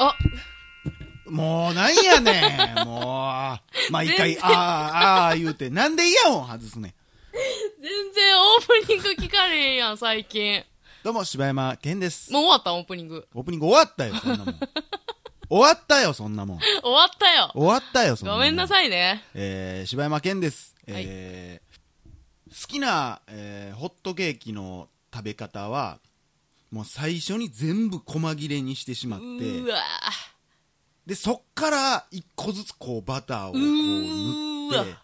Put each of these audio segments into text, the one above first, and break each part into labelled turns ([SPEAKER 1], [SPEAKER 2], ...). [SPEAKER 1] あ、
[SPEAKER 2] もうなんやねん。もう、毎回、ああー、ああー言うて、なんでイヤホン外すねん。
[SPEAKER 1] 全然オープニング聞かれへんやん、最近。
[SPEAKER 2] どうも、柴山健です。
[SPEAKER 1] もう終わったオープニング。
[SPEAKER 2] オープニング終わったよ、そんなもん。終わったよ、そんなもん。
[SPEAKER 1] 終わったよ。
[SPEAKER 2] 終わったよ、そんなも。
[SPEAKER 1] ごめんないさいね。
[SPEAKER 2] えー、柴山健です。えー好きな、えーホットケーキの食べ方は、もう最初に全部細切れにしてしまっ
[SPEAKER 1] う
[SPEAKER 2] て、
[SPEAKER 1] ーわ
[SPEAKER 2] でそっから一個ずつこうバターをこう
[SPEAKER 1] うー
[SPEAKER 2] 塗
[SPEAKER 1] わ
[SPEAKER 2] って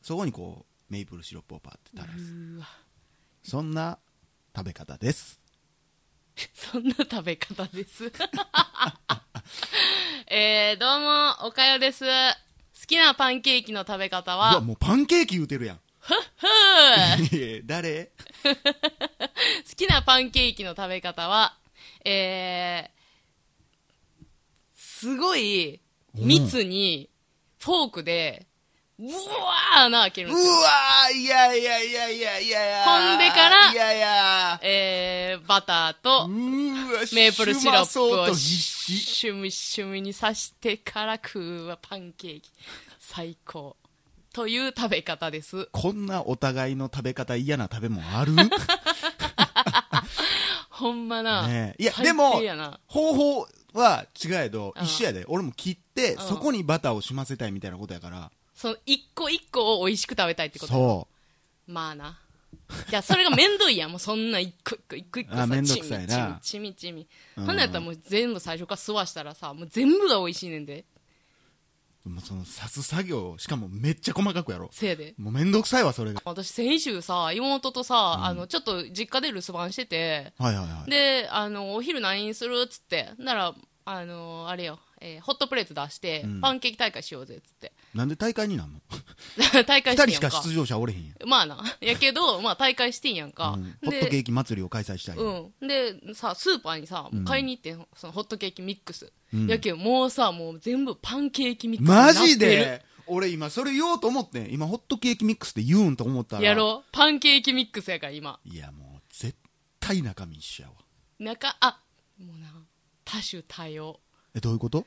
[SPEAKER 2] そこにこうメイプルシロップをパって垂らす
[SPEAKER 1] ーわ
[SPEAKER 2] そんな食べ方です
[SPEAKER 1] そんな食べ方です。 えー、どうも、おかよです。好きなパンケーキの食べ方
[SPEAKER 2] うわ
[SPEAKER 1] は、
[SPEAKER 2] もうパンケーキ言うてるやん
[SPEAKER 1] ふー
[SPEAKER 2] いや誰
[SPEAKER 1] 好きなパンケーキの食べ方は、えー、すごい密にフォークで、うわー穴開けるん
[SPEAKER 2] う
[SPEAKER 1] で
[SPEAKER 2] わ
[SPEAKER 1] すよ。
[SPEAKER 2] ーいやいやいやいやいやいや
[SPEAKER 1] ほんでから
[SPEAKER 2] いやいや
[SPEAKER 1] えー、バター
[SPEAKER 2] う
[SPEAKER 1] と、
[SPEAKER 2] ーわ
[SPEAKER 1] メープルシロップを
[SPEAKER 2] うまそうと必死
[SPEAKER 1] シュミシュミに刺してから食うはパンケーキ。最高。という食べ方です。
[SPEAKER 2] こんなお互いの食べ方嫌な食べ物ある
[SPEAKER 1] ほんまな。
[SPEAKER 2] ねえいや
[SPEAKER 1] 最
[SPEAKER 2] でも
[SPEAKER 1] 低やな
[SPEAKER 2] 方法は違えど
[SPEAKER 1] うん
[SPEAKER 2] 一緒やで俺も切って
[SPEAKER 1] うん
[SPEAKER 2] そこにバターをしませたいみたいなことやから
[SPEAKER 1] その一個一個を美味しく食べたいってこと
[SPEAKER 2] そう
[SPEAKER 1] まあな。じゃあそれがめんどいやん。もうそんな一個一個一個一個さ、
[SPEAKER 2] あめんどくさいな
[SPEAKER 1] ちみちみちみち
[SPEAKER 2] う
[SPEAKER 1] み。
[SPEAKER 2] ん
[SPEAKER 1] ほんなんやったらもう全部最初から吸わしたらさ、もう全部が美味しいねんで。
[SPEAKER 2] もうその刺す作業しかもめっちゃ細かくやろ
[SPEAKER 1] せやで。
[SPEAKER 2] もうめんどくさいわそれが
[SPEAKER 1] 私先週さ、妹とさ、あの、ちょっと実家で留守番してて、
[SPEAKER 2] はいはいはい
[SPEAKER 1] で、あの、お昼何にするっつって、なら、あの、あれよ、えーホットプレート出して、
[SPEAKER 2] うん
[SPEAKER 1] パンケーキ大会しようぜっつって。
[SPEAKER 2] なんで大会になんの
[SPEAKER 1] 大会
[SPEAKER 2] 二
[SPEAKER 1] してんや
[SPEAKER 2] 人し
[SPEAKER 1] んか。
[SPEAKER 2] か出場者おれへんやん
[SPEAKER 1] まあな。やけど、まあ大会してんやんか。
[SPEAKER 2] うん
[SPEAKER 1] で
[SPEAKER 2] ホットケーキ祭りを開催したい、
[SPEAKER 1] うん、でさスーパーにさ
[SPEAKER 2] うん
[SPEAKER 1] 買いに行ってん、そのホットケーキミックス、
[SPEAKER 2] うん
[SPEAKER 1] やけんもうさもう全部パンケーキミックスにな
[SPEAKER 2] マ
[SPEAKER 1] ってる
[SPEAKER 2] ジで俺今それ言おうと思ってん今ホットケーキミックスって言うんと思ったら
[SPEAKER 1] やろうパンケーキミックスやから今
[SPEAKER 2] いやもう絶対中身一緒やわ
[SPEAKER 1] 中あもうな多種多様
[SPEAKER 2] えどういうこと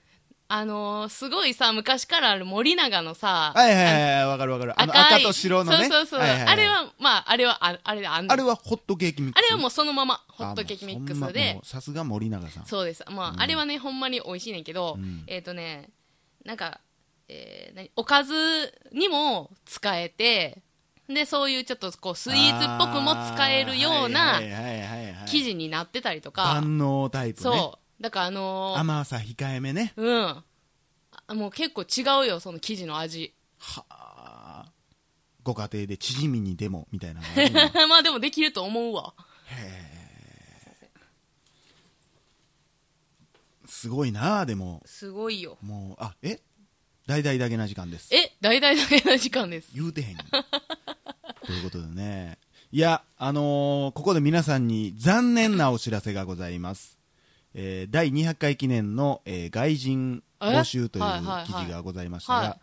[SPEAKER 1] あのー、すごいさ昔からある森永のさ
[SPEAKER 2] はいはいはいわかるわかるあの
[SPEAKER 1] い
[SPEAKER 2] 赤と白の
[SPEAKER 1] そ
[SPEAKER 2] ね
[SPEAKER 1] うそうそう、
[SPEAKER 2] いいい
[SPEAKER 1] あれはまああれはああれであんの
[SPEAKER 2] あれはホットケーキミック
[SPEAKER 1] あ
[SPEAKER 2] ス
[SPEAKER 1] れはもうそのままホ
[SPEAKER 2] あ
[SPEAKER 1] ットケーキミック
[SPEAKER 2] もう
[SPEAKER 1] ス
[SPEAKER 2] そんな
[SPEAKER 1] で
[SPEAKER 2] もうさすが森永さん
[SPEAKER 1] そうです。まあ、
[SPEAKER 2] うん
[SPEAKER 1] あれはね、ほんまに美味しいねんけど、
[SPEAKER 2] うん
[SPEAKER 1] えっ、とね、なんか、えー何おかずにも使えて、で、そういうちょっとこう、スイーツっぽくも使えるような生
[SPEAKER 2] 地
[SPEAKER 1] 地になってたりとか、
[SPEAKER 2] 万能タイプね
[SPEAKER 1] そう。だからあのー
[SPEAKER 2] 甘さ控えめね
[SPEAKER 1] うんあ。もう結構違うよ、その生地の味。
[SPEAKER 2] はあご家庭でチヂミにでもみたいな の
[SPEAKER 1] まあでもできると思うわ。
[SPEAKER 2] すごいなあでも
[SPEAKER 1] すごいよ。
[SPEAKER 2] もうあえ大々だけな時間です
[SPEAKER 1] え、大々だけな時間です。
[SPEAKER 2] 言うてへん ということでねいやあのーここで皆さんに残念なお知らせがございます、えー第200回記念の、えー外人募集という
[SPEAKER 1] えはいはいはい
[SPEAKER 2] 記事がございましたが、
[SPEAKER 1] はい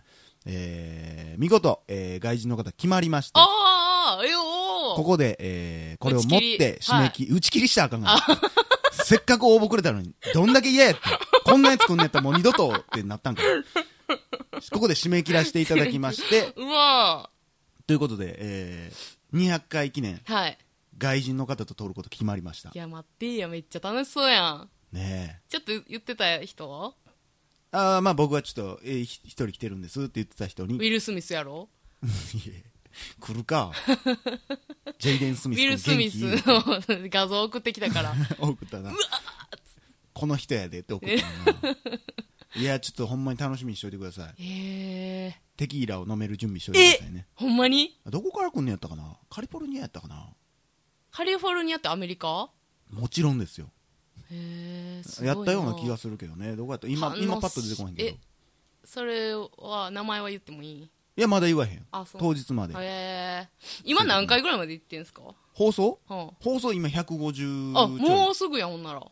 [SPEAKER 2] えー見事、えー外人の方決まりまして
[SPEAKER 1] ああ、えおー
[SPEAKER 2] ここで、えーこれを持っ
[SPEAKER 1] 打ち切り
[SPEAKER 2] て締め切り、打ち切りしたらあかんがなせっかく応募くれたのに、どんだけ嫌やって。こんなやつこんなやったらもう二度とってなったんかな。ここで締め切らせていただきまして、
[SPEAKER 1] うわ
[SPEAKER 2] ということで、えー200回記念、
[SPEAKER 1] ーはい。
[SPEAKER 2] 外人の方と通ること決まりました
[SPEAKER 1] い。や、待ってや、めっちゃ楽しそうやん。
[SPEAKER 2] ねえ。
[SPEAKER 1] ちょっと言ってた人
[SPEAKER 2] あーまあ僕はちょっと、えーひ一人来てるんですって言ってた人に、
[SPEAKER 1] ウ
[SPEAKER 2] い
[SPEAKER 1] ィル・スミスやろ
[SPEAKER 2] え来るか。ジェイデン・ス
[SPEAKER 1] ウ
[SPEAKER 2] ミス
[SPEAKER 1] ィル・ス
[SPEAKER 2] 君元
[SPEAKER 1] ミ
[SPEAKER 2] 気
[SPEAKER 1] スの 画像送ってきたから。
[SPEAKER 2] 送ったなこの人やでって送ったないやちょっとほんまに楽しみにしておいてください
[SPEAKER 1] えー、
[SPEAKER 2] テキーラを飲める準備しておいてくださいね
[SPEAKER 1] ほんまに
[SPEAKER 2] どこから来んのやったかなカリフォルニアやったかな
[SPEAKER 1] カリフォルニアってアメリカ
[SPEAKER 2] もちろんですよ
[SPEAKER 1] えー、すごい
[SPEAKER 2] やったような気が
[SPEAKER 1] す
[SPEAKER 2] するけどねどこやった今今パッと出てこへんけどい
[SPEAKER 1] え、それは、名前は言ってもいい
[SPEAKER 2] やまだ言わへん
[SPEAKER 1] あ、そう。
[SPEAKER 2] 当日まで
[SPEAKER 1] えー、今何回ぐらいまで行ってんすか
[SPEAKER 2] 放送
[SPEAKER 1] うん。あ、
[SPEAKER 2] 放送今150ちょい
[SPEAKER 1] もうすぐや、ほんなら。も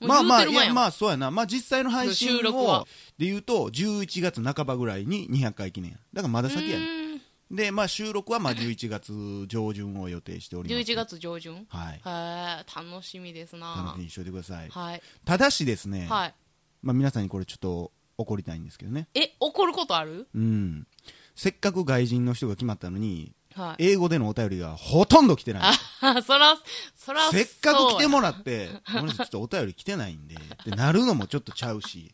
[SPEAKER 1] う
[SPEAKER 2] まあまあ
[SPEAKER 1] 言うてる
[SPEAKER 2] い
[SPEAKER 1] 前
[SPEAKER 2] や
[SPEAKER 1] やん
[SPEAKER 2] まあそうやなまあ実際の配信
[SPEAKER 1] 収録
[SPEAKER 2] を
[SPEAKER 1] は
[SPEAKER 2] で言うと11月半ばぐらいに200回記念だからまだ先やね
[SPEAKER 1] うーん
[SPEAKER 2] で、まあ、収録はまあ11月上旬を予定しております。
[SPEAKER 1] 11月上旬
[SPEAKER 2] はい。
[SPEAKER 1] へえ楽しみです
[SPEAKER 2] 楽
[SPEAKER 1] な
[SPEAKER 2] しみにしておいてください。
[SPEAKER 1] はい
[SPEAKER 2] ただしですね、
[SPEAKER 1] はい
[SPEAKER 2] まあ、皆さんにこれちょっと怒りたいんですけどね。
[SPEAKER 1] え怒ることある
[SPEAKER 2] うん。せっかく外人の人が決まったのに、
[SPEAKER 1] はい
[SPEAKER 2] 英語でのお便りがほとんど来てない。
[SPEAKER 1] あ そらそら
[SPEAKER 2] せっかく来て
[SPEAKER 1] も
[SPEAKER 2] もらって、ごめんなさいちょっとお便り来てないんで、ってなるのもちょっとちゃうし。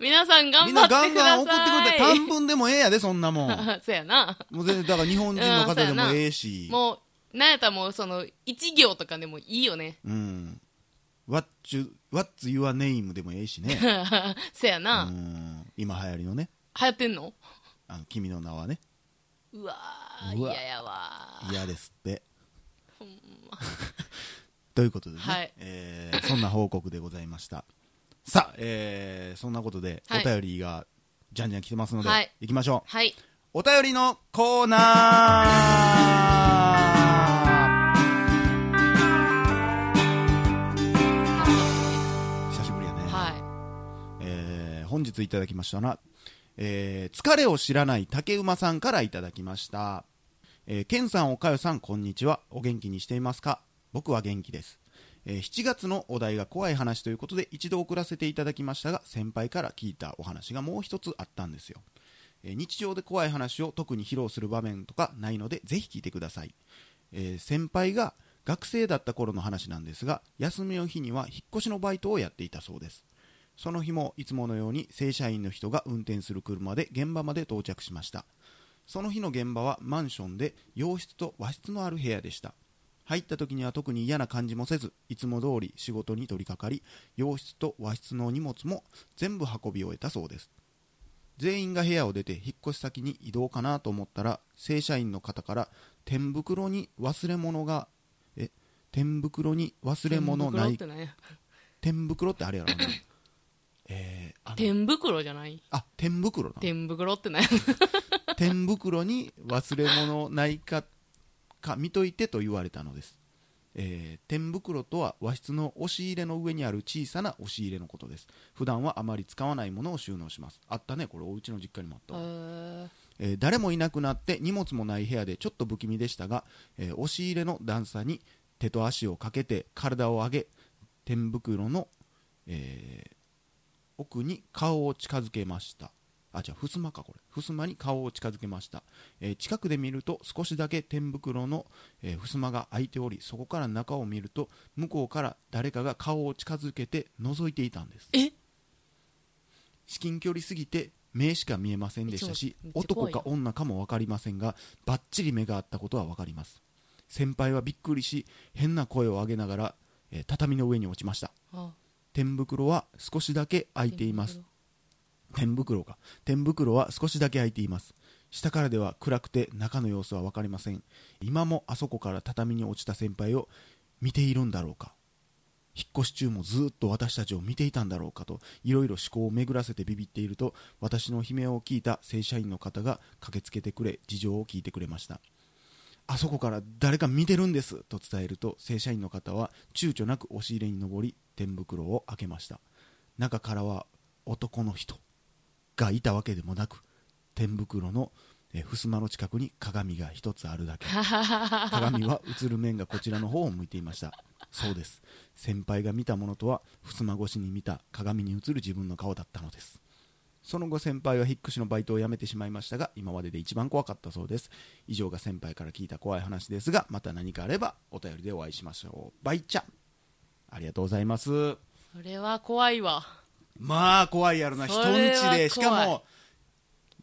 [SPEAKER 1] 皆さん 頑
[SPEAKER 2] みん
[SPEAKER 1] 張
[SPEAKER 2] な
[SPEAKER 1] っ
[SPEAKER 2] ガ
[SPEAKER 1] て
[SPEAKER 2] ン
[SPEAKER 1] くださ
[SPEAKER 2] ガ
[SPEAKER 1] い
[SPEAKER 2] ン送ってくれて、短文でもええやで、そんなも ん。
[SPEAKER 1] てそうやな
[SPEAKER 2] もう全然、だから日本人の方でもええし。
[SPEAKER 1] もうなんやったらもうその一行とかでもいいよね
[SPEAKER 2] うん。What you, What's your name でもええしね。
[SPEAKER 1] そや
[SPEAKER 2] う
[SPEAKER 1] な、
[SPEAKER 2] ん。今流行りのね、
[SPEAKER 1] 流行ってんの
[SPEAKER 2] あの君の名はね、
[SPEAKER 1] うわー
[SPEAKER 2] うわ
[SPEAKER 1] 嫌やわ
[SPEAKER 2] 嫌です って。 ということでね、
[SPEAKER 1] はい
[SPEAKER 2] えーそんな報告でございました。さあ、えーそんなことで、
[SPEAKER 1] はい
[SPEAKER 2] お便りがじゃんじゃん来てますので、
[SPEAKER 1] はいい、
[SPEAKER 2] 行きましょう。
[SPEAKER 1] はい
[SPEAKER 2] お便りのコーナー 久しぶりやね。
[SPEAKER 1] は
[SPEAKER 2] えー本日いただきましたな、えー疲れを知らない竹馬さんからいただきました、えー、ケンさん、おかよさん、こんにちはお元気にしていますか僕は元気です、えー7月のお題が怖い話ということで一度送らせていただきましたが先輩から聞いたお話がもう一つあったんですよえー日常で怖い話を特に披露する場面とかないのでぜひ聞いてください、えー先輩が学生だった頃の話なんですが休みの日には引っ越しのバイトをやっていたそうですその日もいつものように正社員の人が運転する車で現場まで到着しましたその日の現場はマンションで洋室と和室のある部屋でした入った時には特に嫌な感じもせずいつも通り仕事に取り掛かり洋室と和室の荷物も全部運び終えたそうです全員が部屋を出て引っ越し先に移動かなと思ったら正社員の方から天袋に忘れ物がえ天袋に忘
[SPEAKER 1] い
[SPEAKER 2] れ物な
[SPEAKER 1] 天袋っ
[SPEAKER 2] い
[SPEAKER 1] てなんや
[SPEAKER 2] 天袋ってあれやろなえー、あの
[SPEAKER 1] 天袋じゃない
[SPEAKER 2] あ天袋な
[SPEAKER 1] 天袋ってなんや
[SPEAKER 2] 天袋に忘れ物ないかか見といてと言われたのです、えー、天袋とは和室の押し入れの上にある小さな押し入れのことです普段はあまり使わないものを収納しますあったねこれお家の実家にもあった
[SPEAKER 1] え
[SPEAKER 2] わ
[SPEAKER 1] ー
[SPEAKER 2] えー誰もいなくなって荷物もない部屋でちょっと不気味でしたが、えー押し入れの段差に手と足をかけて体を上げ天袋の、えー奥に顔を近づけましたあじゃあ襖かこれ襖に顔を近づけました、えー近くで見ると少しだけ天袋の、えー、襖が開いておりそこから中を見ると向こうから誰かが顔を近づけて覗いていたんです
[SPEAKER 1] え
[SPEAKER 2] 至近距離すぎて目しか見えませんでしたし
[SPEAKER 1] えちょっと
[SPEAKER 2] 男
[SPEAKER 1] めっちゃ
[SPEAKER 2] か
[SPEAKER 1] 怖
[SPEAKER 2] 女かも分かりませんがばっちり目が合ったことは分かります先輩はびっくりし変な声を上げながら、えー畳の上に落ちました
[SPEAKER 1] あ
[SPEAKER 2] 天袋は少しだけ開いています天袋か天袋は少しだけ開いています下からでは暗くて中の様子は分かりません今もあそこから畳に落ちた先輩を見ているんだろうか引っ越し中もずっと私たちを見ていたんだろうかといろいろ思考を巡らせてビビっていると私の悲鳴を聞いた正社員の方が駆けつけてくれ事情を聞いてくれましたあそこから誰か見てるんですと伝えると正社員の方は躊躇なく押し入れに上り天袋を開けました中からは男の人がいたわけでもなく天袋のえー襖の近くに鏡が一つあるだけ鏡は映る面がこちらの方を向いていましたそうです先輩が見たものとは襖越しに見た鏡に映る自分の顔だったのですその後先輩は引っ越しのバイトを辞めてしまいましたが今までで一番怖かったそうです以上が先輩から聞いた怖い話ですがまた何かあればお便りでお会いしましょうバイちゃんありがとうございます
[SPEAKER 1] それは怖いわ
[SPEAKER 2] まあ怖いやろな人
[SPEAKER 1] そ
[SPEAKER 2] ん
[SPEAKER 1] れは
[SPEAKER 2] ちでしか
[SPEAKER 1] 怖
[SPEAKER 2] も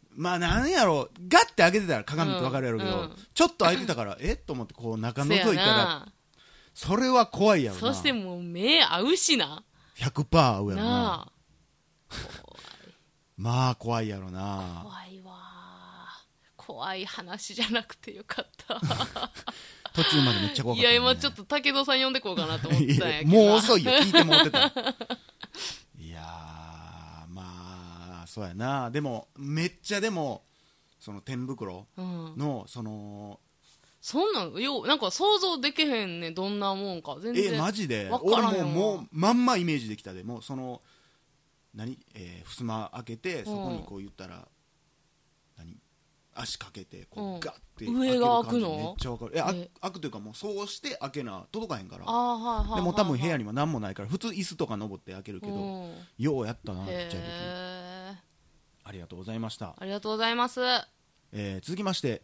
[SPEAKER 1] い
[SPEAKER 2] まあなんやろガッて開けてたら鏡ってわかるやろうけど、
[SPEAKER 1] うんうん
[SPEAKER 2] ちょっと開いてたからえっと思ってこう中
[SPEAKER 1] そ
[SPEAKER 2] 覗
[SPEAKER 1] やない
[SPEAKER 2] たらそれは怖いやろな
[SPEAKER 1] そしてもう目合うしな
[SPEAKER 2] 100%合うやろな
[SPEAKER 1] な
[SPEAKER 2] まあ怖いやろ
[SPEAKER 1] あ
[SPEAKER 2] な
[SPEAKER 1] 怖いわ怖い話じゃなくてよかった
[SPEAKER 2] 途中までめっちゃ怖
[SPEAKER 1] い
[SPEAKER 2] かった、
[SPEAKER 1] や
[SPEAKER 2] ね、
[SPEAKER 1] 今ちょっと武田さん呼んでこうかなと思ってたんやけど
[SPEAKER 2] もう遅いよ聞いてもってた いやーまあそうやなでもめっちゃでもその天袋
[SPEAKER 1] うん、
[SPEAKER 2] のその
[SPEAKER 1] そんなんようなんか想像できへんねどんなもんか全然
[SPEAKER 2] えマジで
[SPEAKER 1] わか
[SPEAKER 2] 俺
[SPEAKER 1] らへんわ
[SPEAKER 2] もうもうまんまイメージできたでもうその何えー、襖開けてそこにこう言ったら、何足かけてこう、
[SPEAKER 1] うん
[SPEAKER 2] ガッて
[SPEAKER 1] 上が開くの
[SPEAKER 2] 開ける感じめっちゃわかるいやあ
[SPEAKER 1] え
[SPEAKER 2] 開くというかもうそうして開けな届かへんから
[SPEAKER 1] あーはいはいはいはい
[SPEAKER 2] でもう多分部屋にも何もないから普通椅子とか登って開けるけど、
[SPEAKER 1] うん
[SPEAKER 2] ようやったなちっちゃい時
[SPEAKER 1] へー
[SPEAKER 2] ありがとうございました、
[SPEAKER 1] ありがとうございますあ
[SPEAKER 2] えー続きまして、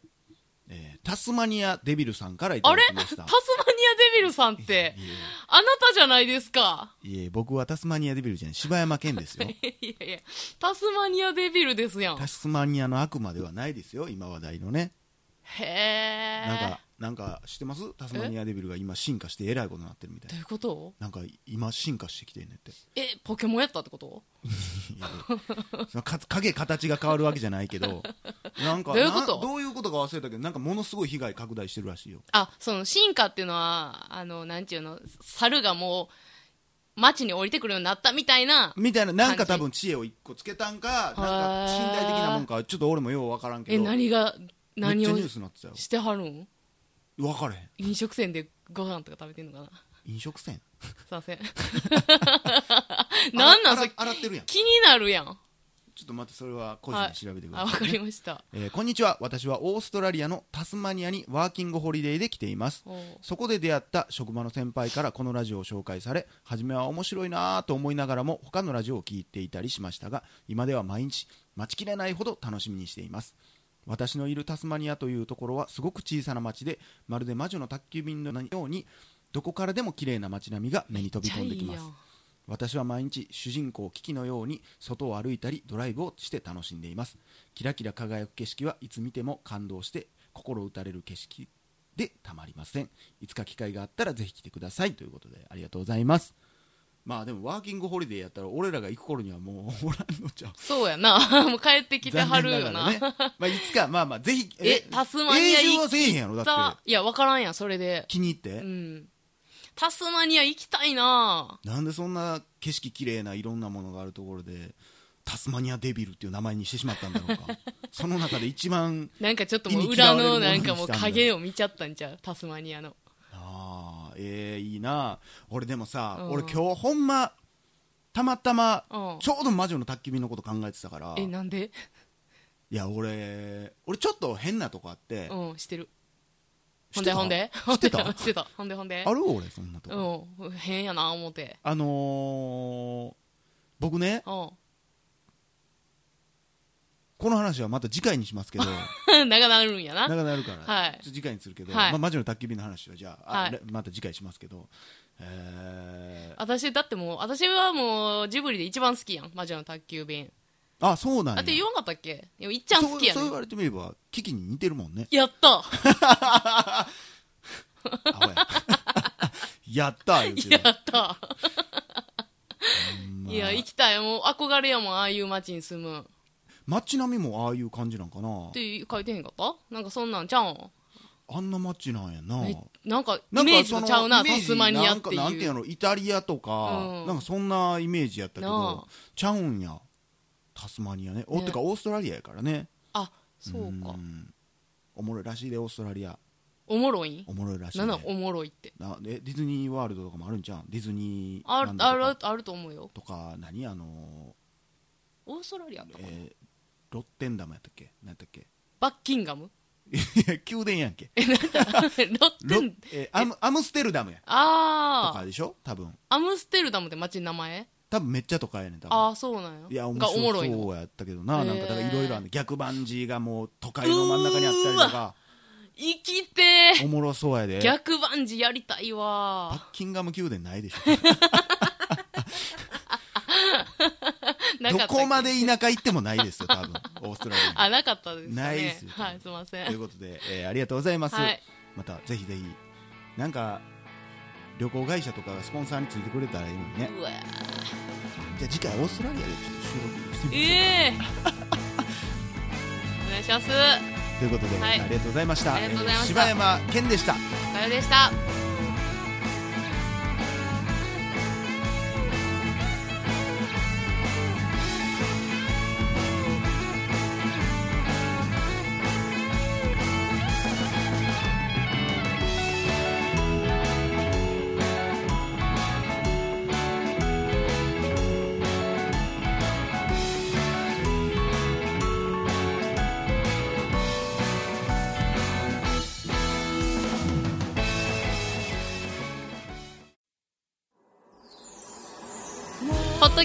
[SPEAKER 2] えータスマニアデビルさんからいただ
[SPEAKER 1] れ
[SPEAKER 2] き
[SPEAKER 1] タ
[SPEAKER 2] ま
[SPEAKER 1] ス
[SPEAKER 2] し
[SPEAKER 1] マ
[SPEAKER 2] た
[SPEAKER 1] ニアデビルさんって
[SPEAKER 2] いえ
[SPEAKER 1] あなたじゃないですか
[SPEAKER 2] いえ僕はタスマニアデビルじゃない柴山健ですよ
[SPEAKER 1] いやいやタスマニアデビルですやん
[SPEAKER 2] タスマニアの悪魔ではないですよ今話題のね
[SPEAKER 1] へえ
[SPEAKER 2] なんかなんか知ってますタスマニアデビルが今進化してえらいことになってるみたい
[SPEAKER 1] どう
[SPEAKER 2] な
[SPEAKER 1] いうこと
[SPEAKER 2] なんか今進化してきてんねんって
[SPEAKER 1] えポケモンやったってこと
[SPEAKER 2] そのか影形が変わるわけじゃない けどなんか
[SPEAKER 1] どういうこと
[SPEAKER 2] などういうことか忘れたけどなんかものすごい被害拡大してるらしいよ
[SPEAKER 1] あその進化っていうのはあのなんちゅうの猿がもう街に降りてくるようになったみたいな
[SPEAKER 2] みたいななんか
[SPEAKER 1] 感
[SPEAKER 2] 多
[SPEAKER 1] じ
[SPEAKER 2] 分知恵を一個つけたんかなんか身体的なもんかちょっと俺もよう分からんけ
[SPEAKER 1] え
[SPEAKER 2] ど
[SPEAKER 1] 何が
[SPEAKER 2] め
[SPEAKER 1] 何
[SPEAKER 2] っちゃ
[SPEAKER 1] を
[SPEAKER 2] ニュースになってたよ
[SPEAKER 1] してはるん
[SPEAKER 2] 分からへん
[SPEAKER 1] 飲食店でご飯とか食べてんのかな
[SPEAKER 2] 飲食店
[SPEAKER 1] すいま せんなんなん
[SPEAKER 2] あ
[SPEAKER 1] そ
[SPEAKER 2] ら
[SPEAKER 1] れ
[SPEAKER 2] 洗ってるやんち
[SPEAKER 1] 気になるやん
[SPEAKER 2] ょっと待ってそれは個人で調べてく
[SPEAKER 1] あ
[SPEAKER 2] だ
[SPEAKER 1] わ
[SPEAKER 2] さ
[SPEAKER 1] か
[SPEAKER 2] い、
[SPEAKER 1] りました
[SPEAKER 2] えーこんにちは私はオーストラリアのタスマニアにワーキングホリデーで来ています
[SPEAKER 1] おう
[SPEAKER 2] そこで出会った職場の先輩からこのラジオを紹介され初めは面白いなぁと思いながらも他のラジオを聞いていたりしましたが今では毎日待ちきれないほど楽しみにしています私のいるタスマニアというところはすごく小さな町でまるで魔女の宅急便のようにどこからでも綺麗な街並みが目に飛び込んできま
[SPEAKER 1] めっ
[SPEAKER 2] す
[SPEAKER 1] ちゃいいやん
[SPEAKER 2] 私は毎日主人公キキのように外を歩いたりドライブをして楽しんでいますキラキラ輝く景色はいつ見ても感動して心打たれる景色でたまりませんいつか機会があったらぜひ来てくださいということでありがとうございますまあでもワーキングホリデーやったら俺らが行く頃にはもう おらんのちゃう
[SPEAKER 1] そうやな もう帰ってきてはるよ
[SPEAKER 2] 残念
[SPEAKER 1] な
[SPEAKER 2] が らね、まあ、いつかまあまあぜひ
[SPEAKER 1] えタスマニア
[SPEAKER 2] 永住
[SPEAKER 1] 行
[SPEAKER 2] はせえへんやろ
[SPEAKER 1] っ
[SPEAKER 2] だったて
[SPEAKER 1] いやわからんやんそれで
[SPEAKER 2] 気に入って、
[SPEAKER 1] うんタスマニア行きたいな
[SPEAKER 2] なんでそんな景色綺麗ないろんなものがあるところでタスマニアデビルっていう名前にしてしまったんだろう かその中で一番
[SPEAKER 1] なんかちょっともう
[SPEAKER 2] 意味嫌
[SPEAKER 1] 裏
[SPEAKER 2] われるも
[SPEAKER 1] の
[SPEAKER 2] の
[SPEAKER 1] な
[SPEAKER 2] にした
[SPEAKER 1] ん
[SPEAKER 2] んだ
[SPEAKER 1] かもう影を見ちゃったんちゃうタスマニアの
[SPEAKER 2] ああええいいな俺でもさ、
[SPEAKER 1] うん
[SPEAKER 2] 俺今日ほんまたまたま、
[SPEAKER 1] うん
[SPEAKER 2] ちょうど魔女の宅急便のこと考えてたから
[SPEAKER 1] え
[SPEAKER 2] い
[SPEAKER 1] なんで
[SPEAKER 2] や俺俺ちょっと変なとこあって、
[SPEAKER 1] うんしてる
[SPEAKER 2] 知
[SPEAKER 1] ほ
[SPEAKER 2] っ
[SPEAKER 1] んで
[SPEAKER 2] てた
[SPEAKER 1] ほんで
[SPEAKER 2] 知ってた
[SPEAKER 1] してたほんでほんで
[SPEAKER 2] ある俺そんなとこ、
[SPEAKER 1] うん変やな思って
[SPEAKER 2] あのー、僕ね
[SPEAKER 1] う
[SPEAKER 2] この話はまた次回にしま すけど
[SPEAKER 1] ん長なるんやな
[SPEAKER 2] 長なるから、
[SPEAKER 1] はい
[SPEAKER 2] 次回にするけど、
[SPEAKER 1] はい
[SPEAKER 2] まあ、魔女の宅急便の話はじゃあ,あ、
[SPEAKER 1] はい
[SPEAKER 2] れまた次回しますけど、えー
[SPEAKER 1] 私だってもう私はもうジブリで一番好きやん魔女の宅急便
[SPEAKER 2] あそうなん
[SPEAKER 1] だ
[SPEAKER 2] や
[SPEAKER 1] って言わんかったっけいやいっちゃん好きや
[SPEAKER 2] そうそ
[SPEAKER 1] ね
[SPEAKER 2] う言われてみればキキに似てるもんね
[SPEAKER 1] やった
[SPEAKER 2] ア ホややったー言うて
[SPEAKER 1] や
[SPEAKER 2] る
[SPEAKER 1] った
[SPEAKER 2] ほんま
[SPEAKER 1] いや行きたいもう憧れやもんああいう街に住む
[SPEAKER 2] 街並みもああいう感じなんかな
[SPEAKER 1] って書いてへんかったなんかそんなんちゃうん
[SPEAKER 2] あんな街なんやな
[SPEAKER 1] えなんか
[SPEAKER 2] な
[SPEAKER 1] イ
[SPEAKER 2] んか
[SPEAKER 1] メージ
[SPEAKER 2] そ
[SPEAKER 1] と
[SPEAKER 2] の
[SPEAKER 1] ちゃうな
[SPEAKER 2] イメー
[SPEAKER 1] タ
[SPEAKER 2] ジ
[SPEAKER 1] スマニアってい
[SPEAKER 2] なんかなんていううのイタリアとか、
[SPEAKER 1] うん
[SPEAKER 2] なんかそんなイメージやったけ
[SPEAKER 1] な
[SPEAKER 2] どちゃうんやタスマニアねお
[SPEAKER 1] ね
[SPEAKER 2] てかオーストラリアやからね
[SPEAKER 1] あそうか
[SPEAKER 2] んおもろいらしいでオーストラリア
[SPEAKER 1] おもろいん
[SPEAKER 2] おもろいらしい
[SPEAKER 1] な
[SPEAKER 2] で
[SPEAKER 1] んなんおもろいって
[SPEAKER 2] なえディズニーワールドとかもあるんじゃんディズニー
[SPEAKER 1] ある
[SPEAKER 2] ランド
[SPEAKER 1] ある
[SPEAKER 2] とか
[SPEAKER 1] あると思うよ
[SPEAKER 2] とか何あの
[SPEAKER 1] オーストラリアと
[SPEAKER 2] ー
[SPEAKER 1] か
[SPEAKER 2] えーロッテンダムやったっけ何やったっけ
[SPEAKER 1] バッキン ガム
[SPEAKER 2] いや宮殿やんけ
[SPEAKER 1] ロッテ
[SPEAKER 2] ロ
[SPEAKER 1] ン
[SPEAKER 2] えーアムアムステルダムやと
[SPEAKER 1] あ
[SPEAKER 2] かでしょ多分
[SPEAKER 1] あアムステルダムって街の名前
[SPEAKER 2] 多分めっちゃとかやねん多分
[SPEAKER 1] ああそうなんや
[SPEAKER 2] いや面
[SPEAKER 1] がおも
[SPEAKER 2] 白
[SPEAKER 1] ろい
[SPEAKER 2] そ
[SPEAKER 1] の
[SPEAKER 2] うやったけどななんかだからいろいろある
[SPEAKER 1] へ
[SPEAKER 2] 逆バンジーがもう都会の真ん中にあったりとか
[SPEAKER 1] 生きて
[SPEAKER 2] おもろそうやで
[SPEAKER 1] ー逆バンジーやりたい
[SPEAKER 2] バッ
[SPEAKER 1] わ
[SPEAKER 2] キンガム宮殿ないでし
[SPEAKER 1] な
[SPEAKER 2] ょど
[SPEAKER 1] かったっけ
[SPEAKER 2] こまで田舎行ってもないですよ多分オーストラリア
[SPEAKER 1] あなかったですかね
[SPEAKER 2] ないですよ
[SPEAKER 1] はいすいませ
[SPEAKER 2] にというんことで、えーありがとうございます、
[SPEAKER 1] はい
[SPEAKER 2] またぜひぜひなんか旅行会社とかがスポンサーについてくれたらいいのにね
[SPEAKER 1] うわ
[SPEAKER 2] じゃあ次回オーストラリアでちょっと収録してみましょう
[SPEAKER 1] ええお願いします
[SPEAKER 2] ということで、
[SPEAKER 1] はい
[SPEAKER 2] ありがとうございました
[SPEAKER 1] ありがとうございました
[SPEAKER 2] えー柴山健でした
[SPEAKER 1] おかよでしたッド